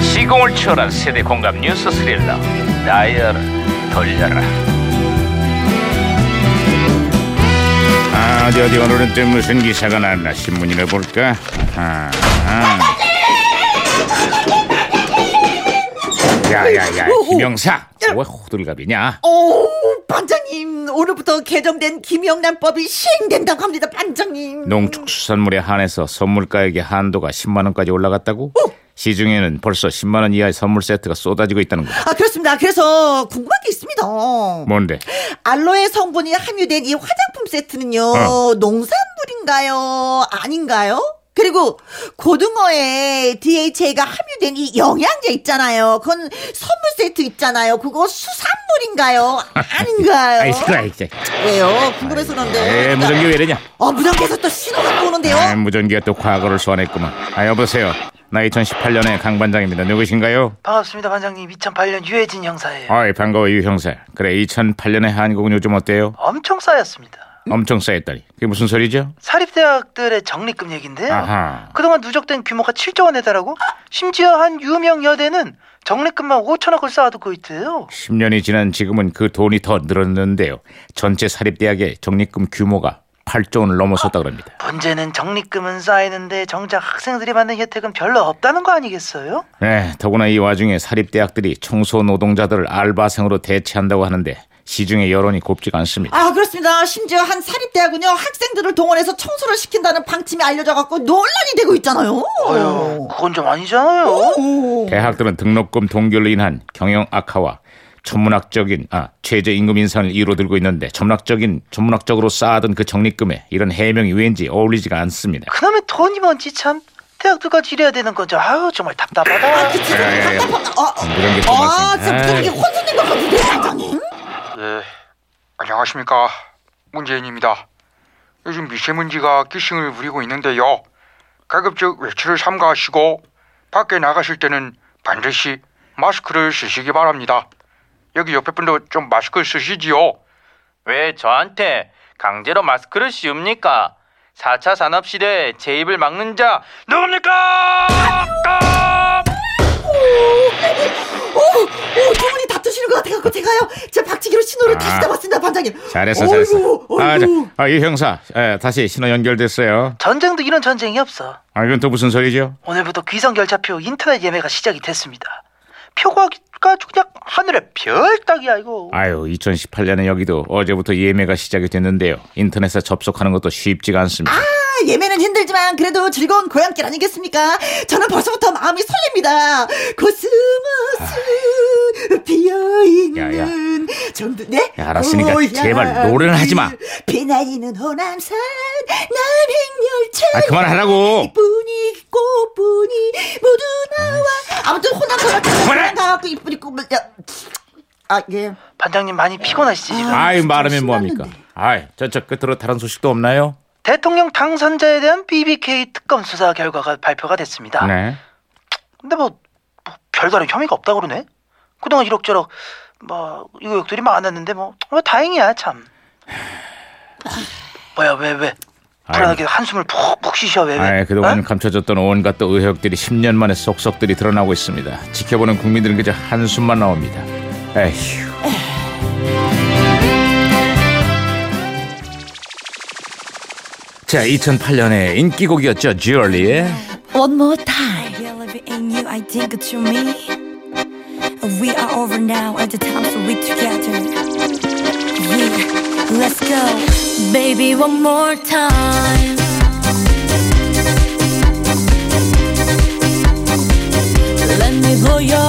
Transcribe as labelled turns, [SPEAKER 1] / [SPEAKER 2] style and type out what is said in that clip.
[SPEAKER 1] 시공을 초월한 세대 공감 뉴스 스릴러 다이얼을 돌려라
[SPEAKER 2] 아, 어디 어디 오늘은 또 무슨 기사가 났나 신문이나 볼까? 아, 아. 야야야, 김영사, 왜 호들갑이냐?
[SPEAKER 3] 오, 반장님 오늘부터 개정된 김영란법이 시행된다고 합니다, 반장님.
[SPEAKER 2] 농축수산물에 한해서 선물가액의 한도가 10만 원까지 올라갔다고? 시중에는 벌써 10만 원 이하의 선물 세트가 쏟아지고 있다는 거야.
[SPEAKER 3] 아 그렇습니다. 그래서 궁금한 게 있습니다.
[SPEAKER 2] 뭔데?
[SPEAKER 3] 알로에 성분이 함유된 이 화장품 세트는요,
[SPEAKER 2] 어.
[SPEAKER 3] 농산물인가요, 아닌가요? 그리고 고등어에 DHA가 함유된 이 영양제 있잖아요. 그건 선물 세트 있잖아요. 그거 수산물인가요, 아닌가요?
[SPEAKER 2] 아이 시끄러, 아이 진짜.
[SPEAKER 3] 왜요? 궁금해서 그런데.
[SPEAKER 2] 에 네, 무전기 왜 이러냐?
[SPEAKER 3] 어 무전기에서 또 신호가 또 오는데요.
[SPEAKER 2] 아, 무전기가 또 과거를 소환했구만. 아 여보세요, 나 2018년의 강 반장입니다. 누구신가요?
[SPEAKER 4] 반갑습니다 반장님 2008년 유해진 형사예요
[SPEAKER 2] 아이 반가워 유 형사. 그래 2008년에 한국은 요즘 어때요?
[SPEAKER 4] 엄청 쌓였습니다
[SPEAKER 2] 엄청 쌓였다니. 그게 무슨 소리죠?
[SPEAKER 4] 사립대학들의 적립금 얘긴데요
[SPEAKER 2] 아하.
[SPEAKER 4] 그동안 누적된 규모가 7조 원에 달하고 심지어 한 유명 여대는 적립금만 5천억을 쌓아두고 있대요
[SPEAKER 2] 10년이 지난 지금은 그 돈이 더 늘었는데요. 전체 사립대학의 적립금 규모가 8조 원을 넘어섰다 그럽니다.
[SPEAKER 4] 문제는 적립금은 쌓이는데 정작 학생들이 받는 혜택은 별로 없다는 거 아니겠어요?
[SPEAKER 2] 에, 예, 더구나 이 와중에 사립대학들이 청소 노동자들을 알바생으로 대체한다고 하는데 시중의 여론이 곱지가 않습니다.
[SPEAKER 3] 아 그렇습니다. 심지어 한 사립대학은요 학생들을 동원해서 청소를 시킨다는 방침이 알려져갖고 논란이 되고 있잖아요.
[SPEAKER 4] 어휴 그건 좀 아니잖아요
[SPEAKER 3] 오.
[SPEAKER 2] 대학들은 등록금 동결로 인한 경영 악화와 천문학적인 아 최저 임금 인상을 이유로 들고 있는데 천문학적인 천문학적으로 쌓아둔 그 적립금에 이런 해명이 왠지 어울리지가 않습니다.
[SPEAKER 4] 그놈의 돈이 뭔지 참 대학들까지 이래야 되는 거죠 아유 정말 답답하다
[SPEAKER 3] 그치, 좀
[SPEAKER 2] 야, 야, 야.
[SPEAKER 3] 답답하다. 어, 어.
[SPEAKER 2] 이런 게
[SPEAKER 3] 아,
[SPEAKER 2] 정말
[SPEAKER 3] 지금
[SPEAKER 2] 생- 아이.
[SPEAKER 3] 저기 혼선된 것 같은데, 사장님?
[SPEAKER 5] 예, 안녕하십니까. 문재인입니다. 요즘 미세먼지가 기승을 부리고 있는데요. 가급적 외출을 삼가하시고 밖에 나가실 때는 반드시 마스크를 쓰시기 바랍니다. 여기 옆에 분도 좀 마스크 쓰시지요.
[SPEAKER 6] 왜 저한테 강제로 마스크를 씌웁니까? 4차 산업시대에 제 입을 막는 자 누굽니까?
[SPEAKER 3] 오, 오, 두 분이 다투시는 것 같아갖고 제가요, 제 박치기로 신호를
[SPEAKER 2] 아.
[SPEAKER 3] 다시 잡았습니다, 반장님.
[SPEAKER 2] 잘했어,
[SPEAKER 3] 어이구,
[SPEAKER 2] 잘했어. 아, 자,
[SPEAKER 3] 어이구.
[SPEAKER 2] 아, 유 형사, 예, 다시 신호 연결됐어요.
[SPEAKER 4] 전쟁도 이런 전쟁이 없어
[SPEAKER 2] 아, 이건 또 무슨 소리죠?
[SPEAKER 4] 오늘부터 귀성 결차표 인터넷 예매가 시작이 됐습니다 표가 아주 그냥 하늘에 별 따기야 이거
[SPEAKER 2] 아유, 2018년에 여기도 어제부터 예매가 시작이 됐는데요. 인터넷에 접속하는 것도 쉽지가 않습니다.
[SPEAKER 3] 아, 예매는 힘들지만 그래도 즐거운 고향길 아니겠습니까? 저는 벌써부터 마음이 설렙니다. 코스모스
[SPEAKER 2] 야, 야.
[SPEAKER 3] 비어있는 전부 네?
[SPEAKER 2] 야, 알았으니까
[SPEAKER 3] 고향길.
[SPEAKER 2] 제발 노래는 하지 마.
[SPEAKER 3] 비나이는 호남산 남행열차
[SPEAKER 2] 아, 그만하라고.
[SPEAKER 3] 이쁜이 꽃분이 모두 나와 아무튼 호남산을
[SPEAKER 2] 음. 그만해.
[SPEAKER 3] 가갖고 이쁜이 꽃분 야. 아, 예.
[SPEAKER 4] 반장님 많이 피곤하시지 지금
[SPEAKER 2] 아유,
[SPEAKER 3] 진짜
[SPEAKER 2] 말하면 뭐합니까?
[SPEAKER 3] 신났는데.
[SPEAKER 2] 아이, 저저 끝으로 다른 소식도 없나요?
[SPEAKER 4] 대통령 당선자에 대한 BBK 특검 수사 결과가 발표가
[SPEAKER 3] 아.
[SPEAKER 4] 됐습니다.
[SPEAKER 2] 네.
[SPEAKER 4] 근데 뭐, 뭐 별다른 혐의가 없다 그러네. 그동안 이럭저럭 뭐 의혹들이 많았는데 뭐 어, 다행이야 참. 뭐야 왜 왜? 불안하게 한숨을 푹푹 쉬셔 왜 왜?
[SPEAKER 2] 아이, 그동안
[SPEAKER 4] 어?
[SPEAKER 2] 감춰졌던 온갖 또 의혹들이 10년 만에 속속들이 드러나고 있습니다. 지켜보는 국민들은 그저 한숨만 나옵니다. 에휴. 자, 2008년에 인기곡이었죠, 지얼리의
[SPEAKER 7] One more time. Yeah, let me in you, I think it's to me. We are over now at the time, so we together. Yeah, let's go. Baby, one more time. Let me hold your